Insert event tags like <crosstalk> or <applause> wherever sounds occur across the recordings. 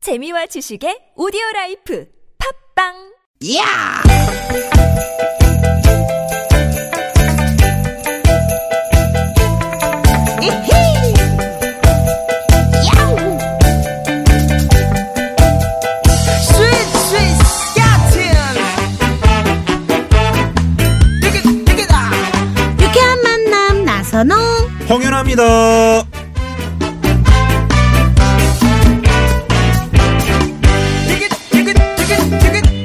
재미와 지식의 오디오 라이프 팝빵! 야! 이히! 야우! 스윗 스윗 야틴! 되게 되게다! 유쾌한 만남 나선홍 홍윤아입니다. 되게 되게 되게 되게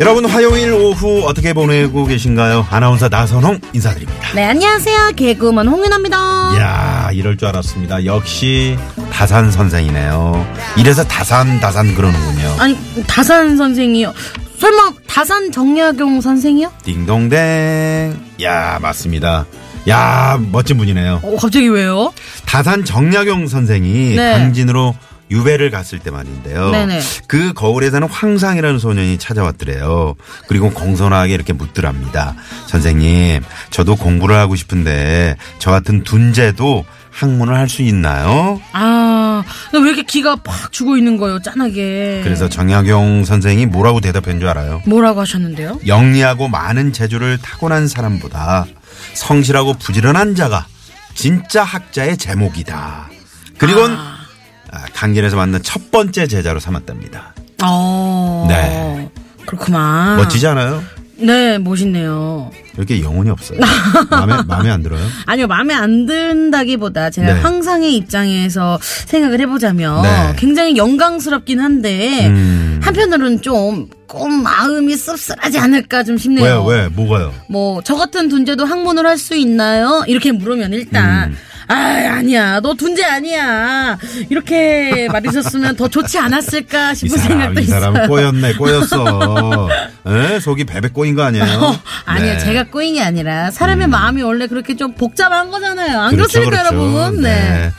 여러분 화요일 오후 어떻게 보내고 계신가요? 아나운서 나선홍 인사드립니다. 네 안녕하세요 개그우먼 홍윤아입니다 이야 이럴 줄 알았습니다. 역시 다산 선생이네요. 이래서 다산 다산 그러는군요. 아니 다산 선생이요 설마 다산 정약용 선생이요? 딩동댕. 야 맞습니다. 야 멋진 분이네요. 어 갑자기 왜요? 다산 정약용 선생이 네. 강진으로 유배를 갔을 때 말인데요. 네네. 그 거울에 사는 황상이라는 소년이 찾아왔더래요. 그리고 공손하게 이렇게 묻더랍니다. 선생님, 저도 공부를 하고 싶은데 저 같은 둔재도 학문을 할 수 있나요? 아왜 이렇게 기가 팍 죽어 있는 거예요 짠하게 그래서 정약용 선생이 뭐라고 대답한 줄 알아요? 뭐라고 하셨는데요? 영리하고 많은 재주를 타고난 사람보다 성실하고 부지런한 자가 진짜 학자의 제목이다. 그리고는 아, 강진에서 만난 첫 번째 제자로 삼았답니다. 어 네. 그렇구만 멋지지 않아요? 네 멋있네요 이렇게 영혼이 없어요. 마음에 마음에 안 들어요? 아니요, 마음에 안 든다기보다 제가 네. 황상의 입장에서 생각을 해보자면 네. 굉장히 영광스럽긴 한데 음. 한편으로는 좀 꼭 마음이 씁쓸하지 않을까 좀 <laughs> 왜 싶네요. 왜 뭐가요? 뭐 저 같은 둔재도 학문을 할 수 있나요? 이렇게 물으면 음. 일단 아 아니야 너 둔재 아니야 이렇게 <laughs> 말해줬으면 더 좋지 않았을까 이 싶은 사람 생각도 이 사람은 있어요. 꼬였네 꼬였어. 에? 속이 베베 꼬인 거 아니에요? <laughs> 어, 아니요, 네. 제가 꼬인 게 아니라 사람의 마음이 원래 그렇게 좀 복잡한 거잖아요. 안 그렇죠, 그렇습니까, 그렇죠. 여러분? 네.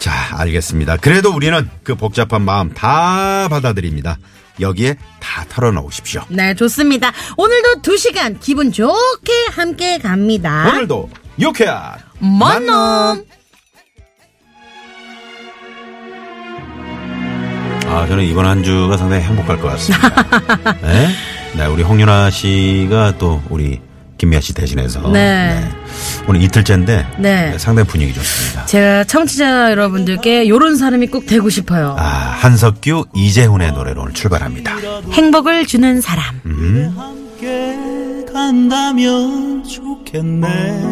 자, 알겠습니다. 그래도 우리는 그 복잡한 마음 다 받아들입니다. 여기에 다 털어놓으십시오. 네, 좋습니다. 오늘도 두시간 기분 좋게 함께 갑니다. 오늘도 유쾌한 먼 놈. 아, 저는 이번 한 주가 상당히 행복할 것 같습니다. <laughs> 네? 네, 우리 홍윤아 씨가 또 우리 김미아 씨 대신해서 네. 오늘 이틀째인데 네. 네, 상당히 분위기 좋습니다. 제가 청취자 여러분들께 요런 사람이 꼭 되고 싶어요. 아, 한석규, 이재훈의 노래로 오늘 출발합니다. 행복을 주는 사람. 음. 함께 간다면 좋겠네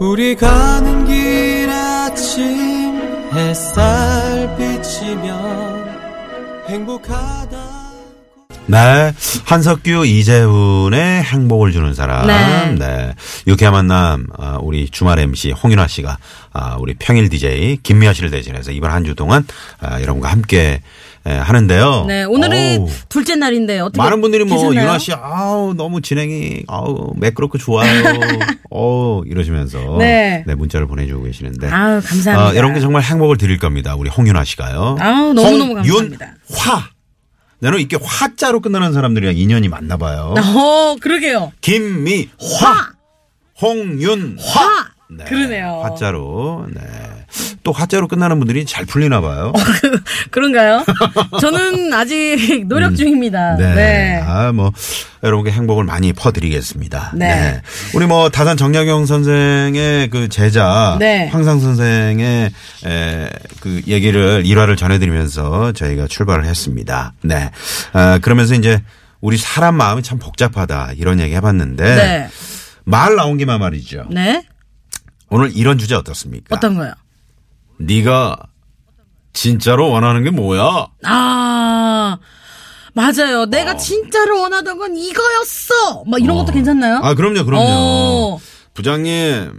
우리 가는 길 아침 햇살 비치면 행복하다 네. 한석규, 이재훈의 행복을 주는 사람. 네. 유쾌한 만남, 아, 우리 주말 MC 홍윤아 씨가, 아, 우리 평일 DJ 김미아 씨를 대신해서 이번 한 주 동안, 아, 여러분과 함께 에, 하는데요. 네, 오늘은 어우, 둘째 날인데 어떻게 많은 분들이 뭐, 계셨나요? 윤아 씨, 아우, 너무 진행이, 아우, <laughs> 매끄럽고 좋아요. 어우, 이러시면서. 네. 문자를 보내주고 계시는데. 아우, 감사합니다. 아, 여러분께 정말 행복을 드릴 겁니다. 우리 홍윤아 씨가요. 아우, 너무너무 감사합니다. 홍윤화. 나는 이렇게 화자로 끝나는 사람들이랑 인연이 많나 봐요. 어, 그러게요. 김미화. 홍윤화. 화. 그러네요. 화자로. 네. 또 화자로 끝나는 분들이 잘 풀리나 봐요. <laughs> 그런가요? 저는 아직 노력 중입니다. 음. 네. 네. 아, 뭐, 여러분께 행복을 많이 퍼드리겠습니다. 네. 우리 뭐, 다산 정약용 선생의 그 제자, 네. 황상 선생의 에, 그 얘기를, 일화를 전해드리면서 저희가 출발을 했습니다. 네. 아, 그러면서 이제 우리 사람 마음이 참 복잡하다 이런 얘기 해봤는데, 네. 말 나온 김에 말이죠. 네? 오늘 이런 주제 어떻습니까? 어떤 거요? 네가 진짜로 원하는 게 뭐야? 아, 맞아요. 어. 내가 진짜로 원하던 건 이거였어! 막 이런 것도 괜찮나요? 아, 그럼요, 그럼요. 어. 부장님,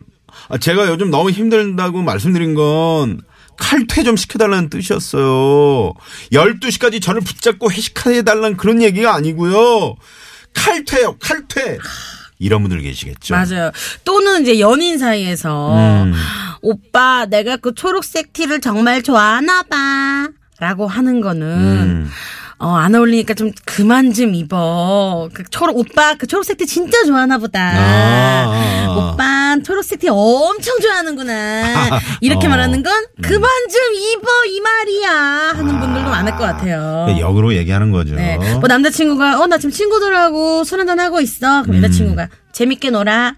아, 제가 요즘 너무 힘들다고 말씀드린 건 칼퇴 좀 시켜달라는 뜻이었어요. 12시까지 저를 붙잡고 회식해달라는 그런 얘기가 아니고요. 칼퇴요, 칼퇴. 이런 분들 계시겠죠. 맞아요. 또는 이제 연인 사이에서 음. 오빠 내가 그 초록색 티를 정말 좋아하나 봐. 라고 하는 거는 음. 어, 안 어울리니까 좀 그만 좀 입어. 그 초록 오빠 그 초록색 티 진짜 좋아하나 보다. 아. <laughs> 오빠 초록색 티 엄청 좋아하는구나. 이렇게 어. 말하는 건 그만 좀 입어 이 말이야 하는 아. 분들도 많을 것 같아요. 네, 역으로 얘기하는 거죠. 네. 뭐 남자친구가 어 나 지금 친구들하고 술 한잔 하고 있어. 음. 그럼 여자친구가 재밌게 놀아.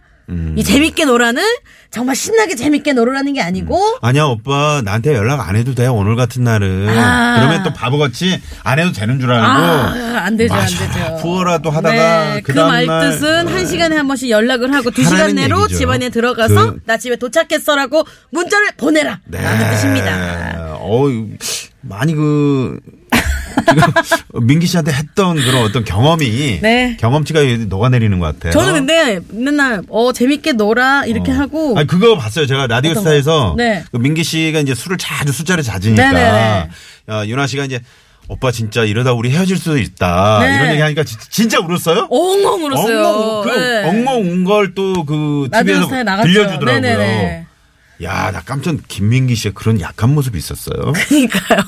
이 재밌게 놀아는 정말 신나게 재밌게 놀으라는 게 아니고 아니야 오빠 나한테 연락 안 해도 돼 오늘 같은 날은 아. 그러면 또 바보같이 안 해도 되는 줄 알고 아, 안 되죠, 안 마셔라, 되죠. 부어라도 하다가 그 그다음날 어. 말뜻은 한 시간에 한 번씩 연락을 하고 두 시간 하라는 내로 얘기죠. 집안에 들어가서 그- 나 집에 도착했어라고 문자를 보내라. 라는 뜻입니다. 네. 어 많이 그 <laughs> 지금 민기 씨한테 했던 그런 어떤 경험이 네. 경험치가 녹아내리는 것 같아요. 저는 근데 맨날 어 재밌게 놀아 이렇게 하고 어. 아니 그거 봤어요. 제가 라디오스타에서 어떤 거요? 네. 그 민기 씨가 이제 술을 자주 술자리 잦으니까 네네네. 어, 유나 씨가 이제 오빠 진짜 이러다 우리 헤어질 수도 있다 네. 이런 얘기하니까 진- 진짜 울었어요? 엉엉 울었어요. 엉엉 네. 운 걸 또 그 TV에서 라디오스타에 나갔죠. 들려주더라고요. 네네네. 야, 나 깜짝 김민기 씨의 그런 약한 모습이 있었어요. 그러니까요.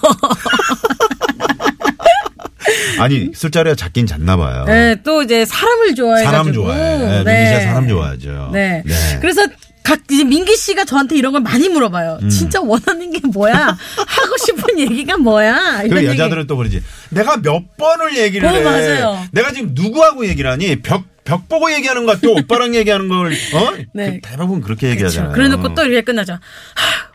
아니 술자리가 작긴 잤나 봐요. 네, 또 이제 사람을 좋아해가지고. 사람 좋아해. 네, 민기 씨가 사람 좋아하죠. 네. 네. 그래서 각 이제 민기 씨가 저한테 이런 걸 많이 물어봐요. 음. 진짜 원하는 게 뭐야? 하고 싶은 <laughs> 얘기가 뭐야? 이런 그 얘기. 여자들은 또 그러지. 내가 몇 번을 얘기를 어, 해. 맞아요. 내가 지금 누구하고 얘기를 하니 벽, 벽 보고 얘기하는 것 같고 오빠랑 얘기하는 걸, 어? 네. 그 대부분 그렇죠. 그렇게 얘기하잖아요. 음. 그래놓고 또 이렇게 끝나죠. 하,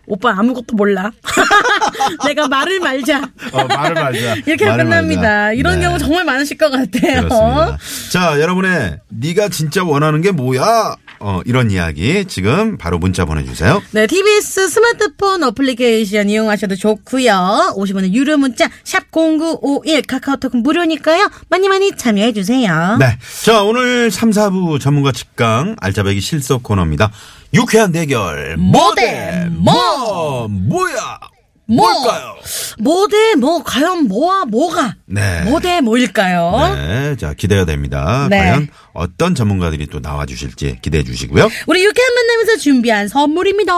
오빠 아무것도 몰라. <laughs> 내가 말을 말자. 어, 말을 말자. <laughs> 이렇게 하고 말을 끝납니다. 말자. 이런 네. 경우 정말 많으실 것 같아요. 그렇습니다. 자, 여러분의 네가 진짜 원하는 게 뭐야? 어, 이런 이야기 지금 바로 문자 보내주세요. 네, TBS 스마트폰 어플리케이션 이용하셔도 좋고요. 50원의 유료 문자 샵 #0951 카카오톡은 무료니까요. 많이 많이 참여해 주세요. 네. 자, 오늘 3, 4부 전문가 직강 알짜배기 실속 코너입니다. 유쾌한 대결. 뭐 대 뭐. 뭐야? 뭐. 뭘까요? 뭐대 뭐 과연 뭐와 뭐가 네. 뭐대 뭐일까요? 네, 자 기대가 됩니다. 어? 네. 과연 어떤 전문가들이 또 나와 주실지 기대해 주시고요. 우리 유쾌한 만남에서 준비한 선물입니다.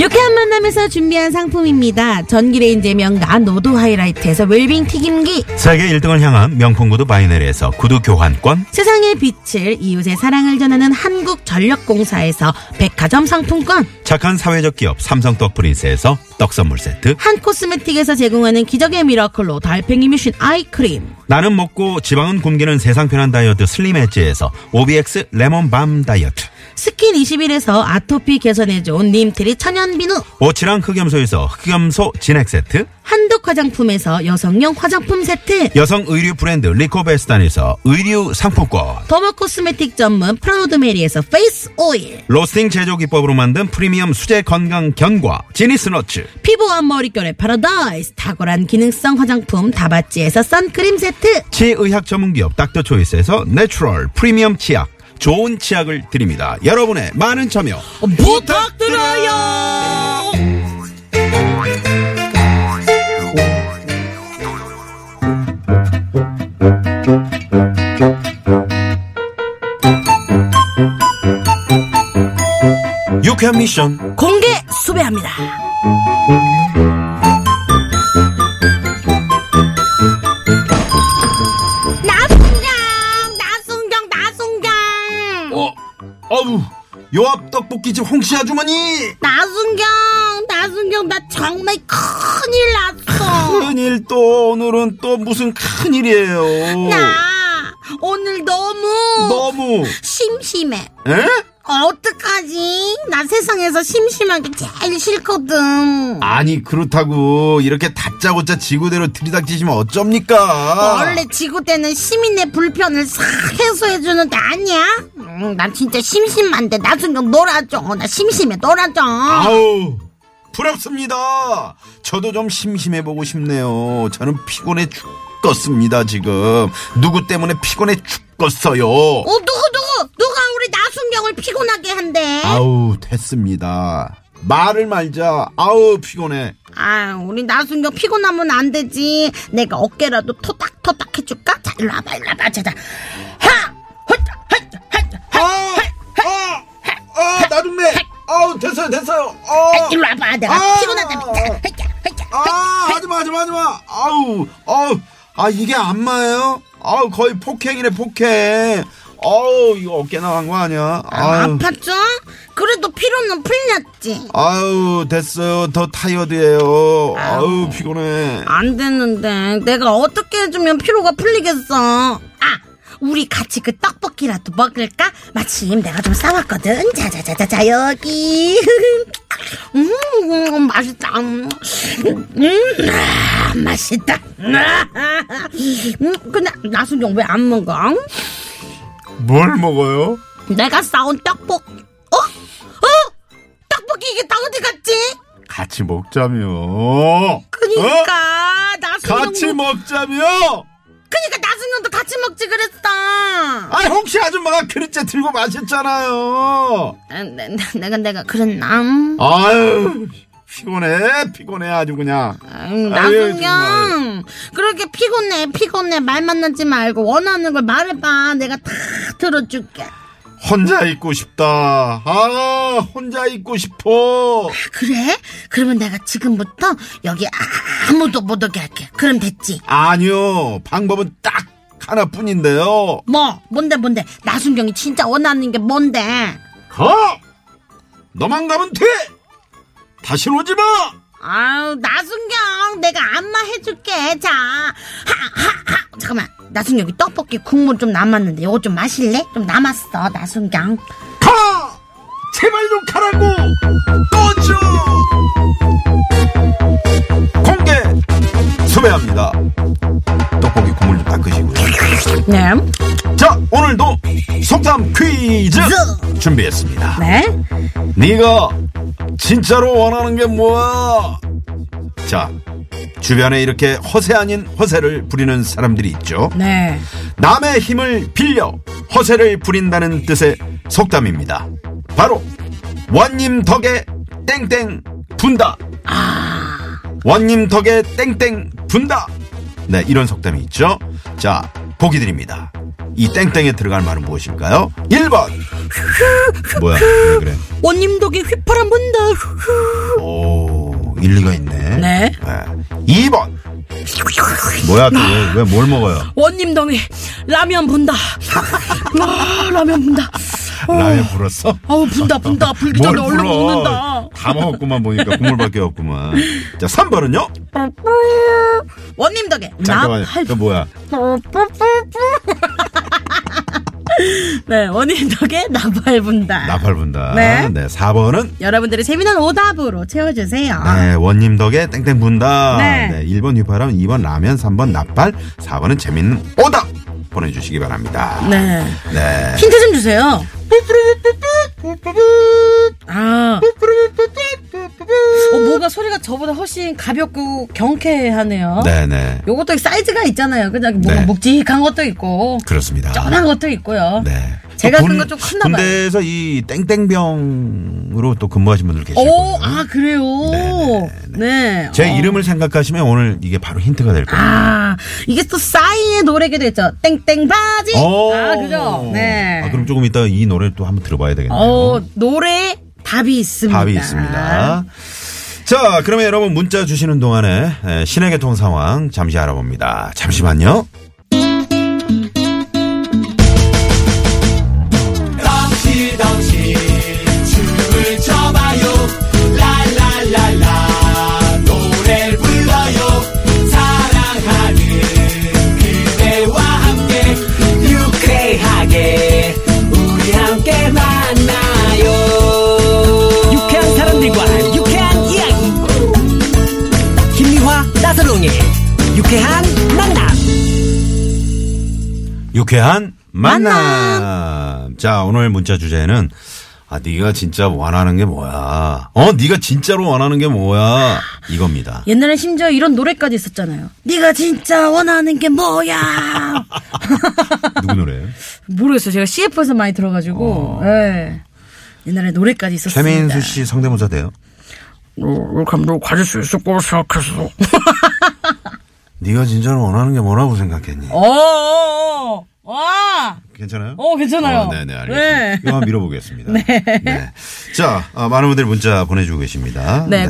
유쾌한 만남에서 준비한 상품입니다. 전기레인지 명가 노드 하이라이트에서 웰빙 튀김기 세계 1등을 향한 명품 구두 바이네리에서 구두 교환권, 세상의 빛을 이웃의 사랑을 전하는 한국전력공사에서 백화점 상품권 착한 사회적 기업 삼성 떡 프린스에서 떡 선물 세트, 한 코스메틱에서 제공하는 기적의 미라클로 달팽이 뮤신 아이크림 나는 먹고 지방은 굶기는 세상 편한 다이어트 슬림 엣지에서 OBX 레몬밤 다이어트, 스킨 21에서 아토피 개선해준 님트리 천연비누 오치랑 흑염소에서 흑염소 진액 세트, 한독 화장품에서 여성용 화장품 세트 여성 의류 브랜드 리코베스탄에서 의류 상품권, 더머 코스메틱 전문 프라우드메리에서 페이스 오일 로스팅 제조 기법으로 만든 프리미엄 수제 건강 견과 지니스너츠. 피부와 머릿결의 파라다이스 탁월한 기능성 화장품 다바찌에서 선크림 세트 치의학 전문기업 닥터초이스에서 내추럴 프리미엄 치약 좋은 치약을 드립니다 여러분의 많은 참여 부탁드려요 유쾌한 미션 공개 수배합니다 나순경 나순경 나순경 어 어우 요 앞 떡볶이집 홍씨 아주머니 나순경 나순경 나 정말 큰일 났어 큰일 또 오늘은 또 무슨 큰일이에요 나 오늘 너무 너무 심심해 에? 어떡하지 나 세상에서 심심한 게 제일 싫거든 아니 그렇다고 이렇게 다짜고짜 지구대로 들이닥치시면 어쩝니까 원래 지구대는 시민의 불편을 싹 해소해주는 데 아니야? 음, 난 진짜 심심한데 나순경 놀아줘 나 심심해 놀아줘 아우 부럽습니다. 저도 좀 심심해 보고 싶네요. 저는 피곤해 죽겠습니다 지금. 누구 때문에 피곤해 죽겠어요. 어 누구 누구 누가 우리 나순경을 피곤하게 한대 아우 됐습니다. 말을 말자. 아우 피곤해. 아, 우리 나순경 피곤하면 안 되지. 내가 어깨라도 토닥토닥 해줄까? 자, 일로 와봐, 일로 와봐, 자자. 하! 헛! 헛! 헛! 헛! 아 나중에 아우 됐어요 됐어요. 아, 일로 와봐, 내가 아. 피곤하다니까. 헛자, 헛자, 아 하지마 하지마 하지마. 아우 아우 아 이게 안마예요? 아우 거의 폭행이네 폭행. 아우 이거 어깨 나간 거 아니야? 아, 아유, 아팠죠? 그래도 피로는 풀렸지. 아유 됐어요. 더 타이어드예요. 아유 피곤해. 안 되는데 내가 어떻게 해주면 피로가 풀리겠어 아 우리 같이 그 떡볶이라도 먹을까? 마침 내가 좀 싸왔거든 자자자자자 여기 <laughs> 음 맛있다 음 아, 맛있다 <laughs> 음, 근데 나순경 왜 안 먹어? 뭘 먹어요? 내가 싸온 떡볶 어? 어? 떡볶이 이게 다 어디 갔지? 같이 먹자며. 그러니까. 어? 그니까 나순경 같이 먹자며. 그니까 나순경도 같이 먹지 그랬어 아 혹시 아줌마가 그릇째 들고 마셨잖아요. 아, 내- 내- 내가 내가 그랬나? 음, 아유 피곤해 피곤해 아주 그냥. 정말. 나순경 그렇게 피곤해 피곤해 말 만나지 말고 원하는 걸 말해봐 내가 다 들어줄게 아, 혼자 있고 싶다. 아, 혼자 있고 싶어. 그래? 그러면 내가 지금부터 여기 아무도 못 오게 할게 그럼 됐지 아니요. 방법은 딱 하나뿐인데요. 뭐 뭔데 뭔데 나순경이 진짜 원하는 게 뭔데 가! 너만 가면 돼! 다시 오지 마! 아유 나순경 내가 안마 해줄게 자 하하하 잠깐만 나순경 여기 떡볶이 국물 좀 남았는데 이거 좀 마실래? 좀 남았어 나순경 가! 제발 좀 가라고! 꺼져! 공개! 수배합니다. 떡볶이 국물 좀 닦으시고요. 네 자, 오늘도 속담 퀴즈 준비했습니다. 네? 네가 진짜로 원하는 게 뭐야? 자, 주변에 이렇게 허세 아닌 허세를 부리는 사람들이 있죠. 네. 남의 힘을 빌려 허세를 부린다는 뜻의 속담입니다. 바로 원님 덕에 땡땡 분다. 아. 원님 덕에 땡땡 분다. 네, 이런 속담이 있죠. 자, 보기 드립니다. 이 땡땡에 들어갈 말은 무엇일까요? 1번. 뭐야? 왜 그래? 원님 덕에 휘파람 분다. 오, 일리가 있네. 네. 2번. 뭐야, 왜 뭘 먹어요? 원님 덕에 라면 <laughs> 분다. 와, 라면 분다. 라면 불었어? 아우 분다 분다 불기 뭘 전에 얼른 불어. 먹는다. 다 먹었구만 보니까 국물밖에 없구만. 자, 3번은요? 원님 덕에 잠깐만요. 이거 뭐야? 네, 원님 덕에 나팔 분다. 나팔 분다. 네. 4번은 여러분들의 재미난 오답으로 채워주세요. 네, 원님 덕에 땡땡 분다. 아. 네. 1번 휘파람, 2번 라면, 3번 나팔, 4번은 재밌는 오답 보내 주시기 바랍니다. 네. 네. 힌트 좀 주세요. 아. 어, 뭐가 소리가 저보다 훨씬 가볍고 경쾌하네요. 네, 네. 요것도 사이즈가 있잖아요. 그냥 뭐 네. 묵직한 것도 있고, 그렇습니다. 쩌한 것도 있고요. 네. 제가 또 쓴 군- 건좀 컸나 봐요. 군대에서 이 땡땡병으로 또 근무하신 분들 계시고. 오, 아, 그래요? 네. 제 이름을 생각하시면 오늘 이게 바로 힌트가 될 겁니다. 아, 이게 또 싸이의 노래기도 했죠. 땡땡 바지! 오. 아, 그죠? 네. 아, 그럼 조금 이따 이 노래를 또 한번 들어봐야 되겠네요. 어, 노래에 답이 있습니다. 답이 있습니다. 자, 그러면 여러분 문자 주시는 동안에 에, 신의 개통 상황 잠시 알아봅니다. 잠시만요. 덩치덩치 춤을 춰봐요 랄랄랄라 노래를 불러요 사랑하는 그대와 함께 유쾌하게 우리 함께 만나요 유쾌한 사람들과 유쾌한 이야기 김미화 나선롱의 유쾌한 만남 유쾌한 만남. 자, 오늘 문자 주제는 아, 네가 진짜 원하는 게 뭐야? 어, 네가 진짜로 원하는 게 뭐야? 이겁니다. 옛날에 심지어 이런 노래까지 있었잖아요. 네가 진짜 원하는 게 <laughs> 뭐야? 누구 노래예요? 모르겠어요. 제가 CF에서 많이 들어가지고. 예. 옛날에 노래까지 있었습니다. 최민수 씨 성대모사 돼요? 너 감독 가질 수 있을 거라 생각했어. 네가 진짜로 원하는 게 뭐라고 생각했니? 어, 어, 어. 와! 괜찮아요? 어, 괜찮아요. 어, 네네, 알겠습니다. <laughs> 네. 이거 한번 밀어보겠습니다. 네. 자, 아, 많은 분들이 문자 보내주고 계십니다. 네,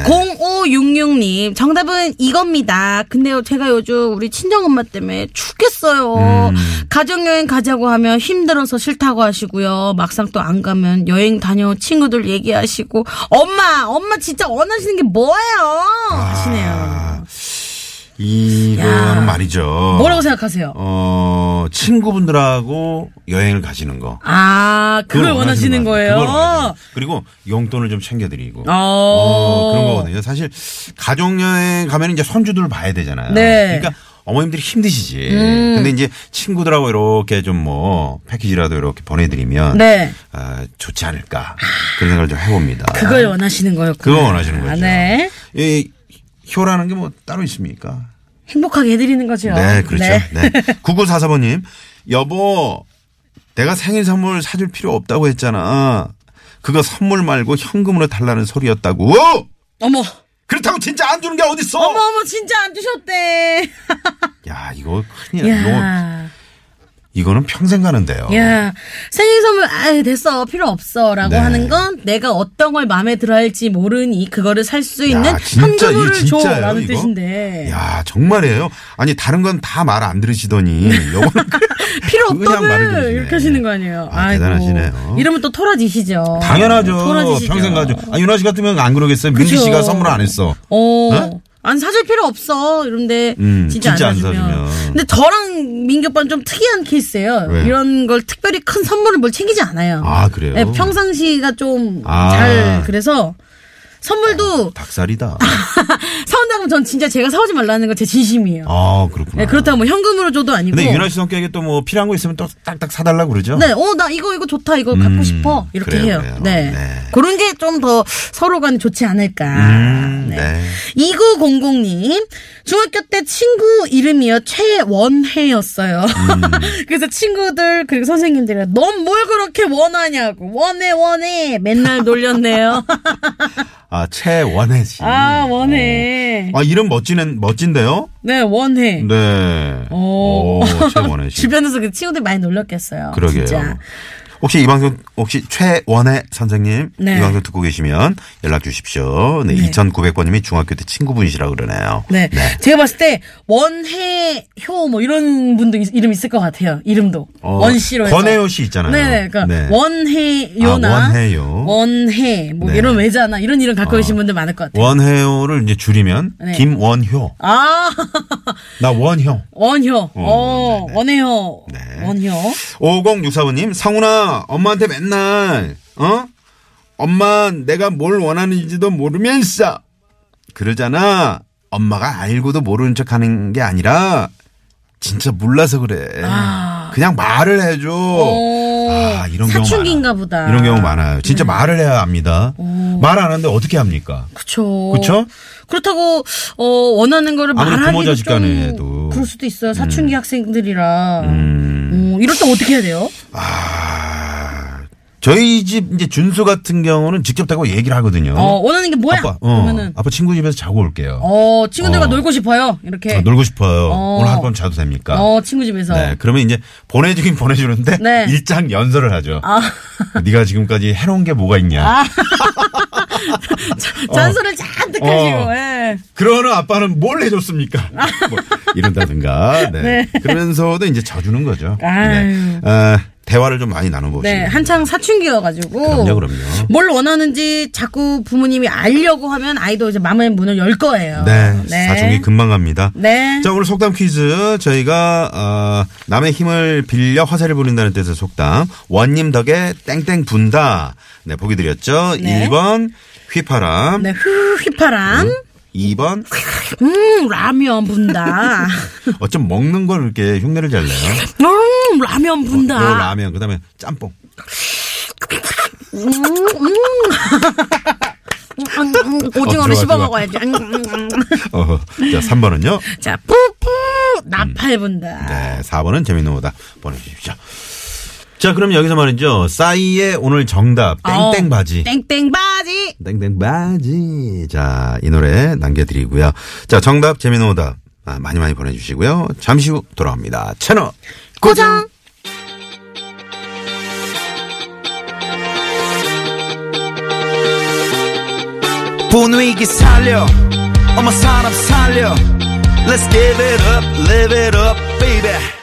0566님 정답은 이겁니다. 근데요, 제가 요즘 우리 친정 엄마 때문에 음. 죽겠어요. 가족 여행 가자고 하면 힘들어서 싫다고 하시고요. 막상 또 안 가면 여행 다녀온 친구들 얘기하시고 엄마, 엄마 진짜 원하시는 게 뭐예요? 하시네요. 아, 이거는 야. 말이죠. 뭐라고 생각하세요? 어, 친구분들하고 여행을 가시는 거. 아, 그걸, 원하시는 거 같아요. 거예요? 그걸 원하시는 거. 그리고 용돈을 좀 챙겨드리고. 어. 어, 그런 거거든요. 사실 가족여행 가면 이제 손주들 봐야 되잖아요. 네. 음. 그러니까 어머님들이 힘드시지. 근데 이제 친구들하고 이렇게 좀 뭐 패키지라도 이렇게 보내드리면 네. 아, 좋지 않을까 그런 생각을 좀 해봅니다. 그걸 원하시는 거였구나. 그거 원하시는 거죠. 아, 네. 이 효라는 게 뭐 따로 있습니까? 행복하게 해드리는 거죠. 네, 그렇죠. 네. 네. 9944번님, 여보, 내가 생일 선물 사줄 필요 없다고 했잖아. 그거 선물 말고 현금으로 달라는 소리였다고. 어머, 그렇다고 진짜 안 주는 게 어딨어? 어머, 어머, 진짜 안 주셨대. 야, 이거 큰일 나. 야. 이거, 는 평생 가는데요. 야 생일 선물 아 됐어 필요 없어라고 네. 하는 건 내가 어떤 걸 마음에 들어할지 모르니 그거를 살 수 있는 야, 진짜 이거 현금을 진짜예요, 줘라는 이거? 뜻인데 야, 정말이에요. 아니, 다른 건 다 말 안 들으시더니, 요거는 <laughs> 필요 그냥 말을 없다면 들으시네. 이렇게 하시는 거 아니에요? 아, 아이고. 대단하시네요. 이러면 또 어, 토라지시죠. 당연하죠. 토라지시죠. 평생 가죠. 아, 윤아 씨 같으면 안 그러겠어요. 민지 그죠. 씨가 선물 안 했어. 어. 어? 안 사줄 필요 없어. 이런데 음, 진짜, 진짜 안, 안 사주면. 사주면. 근데 저랑 민규 오빠는 좀 특이한 케이스예요. 왜요? 이런 걸 특별히 큰 선물을 뭘 챙기지 않아요. 아, 그래요? 네, 평상시가 좀 잘 아. 그래서 선물도 <laughs> 닭살이다. 아. 사온다면 전 진짜 제가 사오지 말라는 건 제 진심이에요. 아, 그렇구나. 네, 그렇다고 뭐 현금으로 줘도 아니고. 근데 윤아 씨 성격에 또 뭐 필요한 거 있으면 또 딱딱 사달라고 그러죠? 네, 어, 나 이거, 이거 좋다, 이거 갖고 싶어. 이렇게 음, 그래요, 해요. 그래요. 네. 네. 그런 게 좀 더 서로 간 좋지 않을까. 음, 네. 2900님, 중학교 때 친구 이름이요. 최원혜였어요. 음. <laughs> 그래서 친구들, 그리고 선생님들이, 넌 뭘 그렇게 원하냐고. 원해, 원해. 맨날 <laughs> 놀렸네요. 아, 최원혜 씨. 아, 원해. 음. 어. 아, 이름 멋진, 애- 멋진데요? 네, 원해. 네. 오. 최원혜 씨. <laughs> 주변에서 그 친구들 많이 놀렸겠어요. 그러게요. 진짜. 혹시 이 방송, 혹시 최원혜 선생님, 네. 이 방송 듣고 계시면 연락 주십시오. 네, 네. 2900번님이 중학교 때 친구분이시라고 그러네요. 네. 제가 봤을 때 원해효 뭐 이런 분도 있- 이름 있을 것 같아요. 이름도 어, 원씨로 해서. 권혜요 씨 있잖아요. 네, 그러니까 네. 원해요나 아, 원혜요. 원해 뭐 네. 이런 외자나 이런 이름 갖고 계신 분들 많을 것 같아요. 원혜요를 이제 줄이면 네. 김원효. 아 <laughs> 나 원효. 원효, 어 네네. 원해요, 네. 원효. 5064번님, 상훈아, 엄마한테 맨날, 어? 엄마, 내가 뭘 원하는지도 모르면서. 그러잖아. 엄마가 알고도 모르는 척 하는 게 아니라, 진짜 몰라서 그래. 그냥 말을 해줘. 아. 오, 아, 이런 경우. 어, 사춘기인가 많아요. 보다. 네. 이런 경우 많아요. 진짜 말을 해야 합니다. 말 안 하는데 어떻게 합니까? 그쵸. 그쵸? 그렇다고 어 원하는 거를 아무리 말하기도 부모 자식 좀 간에도. 음. 그럴 수도 있어요. 사춘기 학생들이라. 어, 이럴 때 어떻게 해야 돼요? 아, 저희 집 이제 준수 같은 경우는 직접 대고 얘기를 하거든요. 어, 원하는 게 뭐야? 아빠, 어, 그러면은 아빠 친구 집에서 자고 올게요. 어 친구들과 어. 놀고 싶어요. 이렇게. 아, 놀고 싶어요. 어. 오늘 하룻밤 자도 됩니까? 어 친구 집에서. 네, 그러면 이제 보내주긴 보내주는데 네. 아. <laughs> 일장 연설을 하죠. 그 네가 지금까지 해놓은 게 뭐가 있냐? 잔소리를 잔뜩 하시고. 어. 예. 그러는 아빠는 뭘 해줬습니까? 아. 뭐 이런다든가. 네. 그러면서도 이제 져주는 거죠. 아유. 네. 아, 대화를 좀 많이 나눠보시고. 네 한창 사춘기여가지고. 그럼요, 그럼요. 뭘 원하는지 자꾸 부모님이 알려고 하면 아이도 이제 마음의 문을 열 거예요. 네, 사춘기 금방 갑니다. 네. 자 오늘 속담 퀴즈 저희가 어, 남의 힘을 빌려 화살을 부린다는 뜻의 속담 원님 덕에 땡땡 분다 네 보기 드렸죠 네. 1번 휘파람 네, 후, 휘파람. 2번 음, 라면 <laughs> 분다. 어쩜 먹는 걸 이렇게 흉내를 잘 내요 음, 라면 분다. 요 어, 라면 그다음에 짬뽕 <laughs> 음, 음, 오징어를 어, 좋아, 좋아. 씹어 먹어야지. 음, 음, 음. 어, 자 3번은요 자, 푸푸 나팔 분다. 네 4번은 재밌는 오다 보내주십시오 자 그럼 여기서 말이죠 싸이의 오늘 정답 땡땡 바지 어, 땡땡 바지. 땡땡바지. 자, 이 노래 남겨드리고요. 자, 정답, 재미는 오답. 아, 많이 많이 보내주시고요. 잠시 후 돌아옵니다. 채널 고정. 분위기 살려 어머 사람 살려 Let's give it up, live it up, baby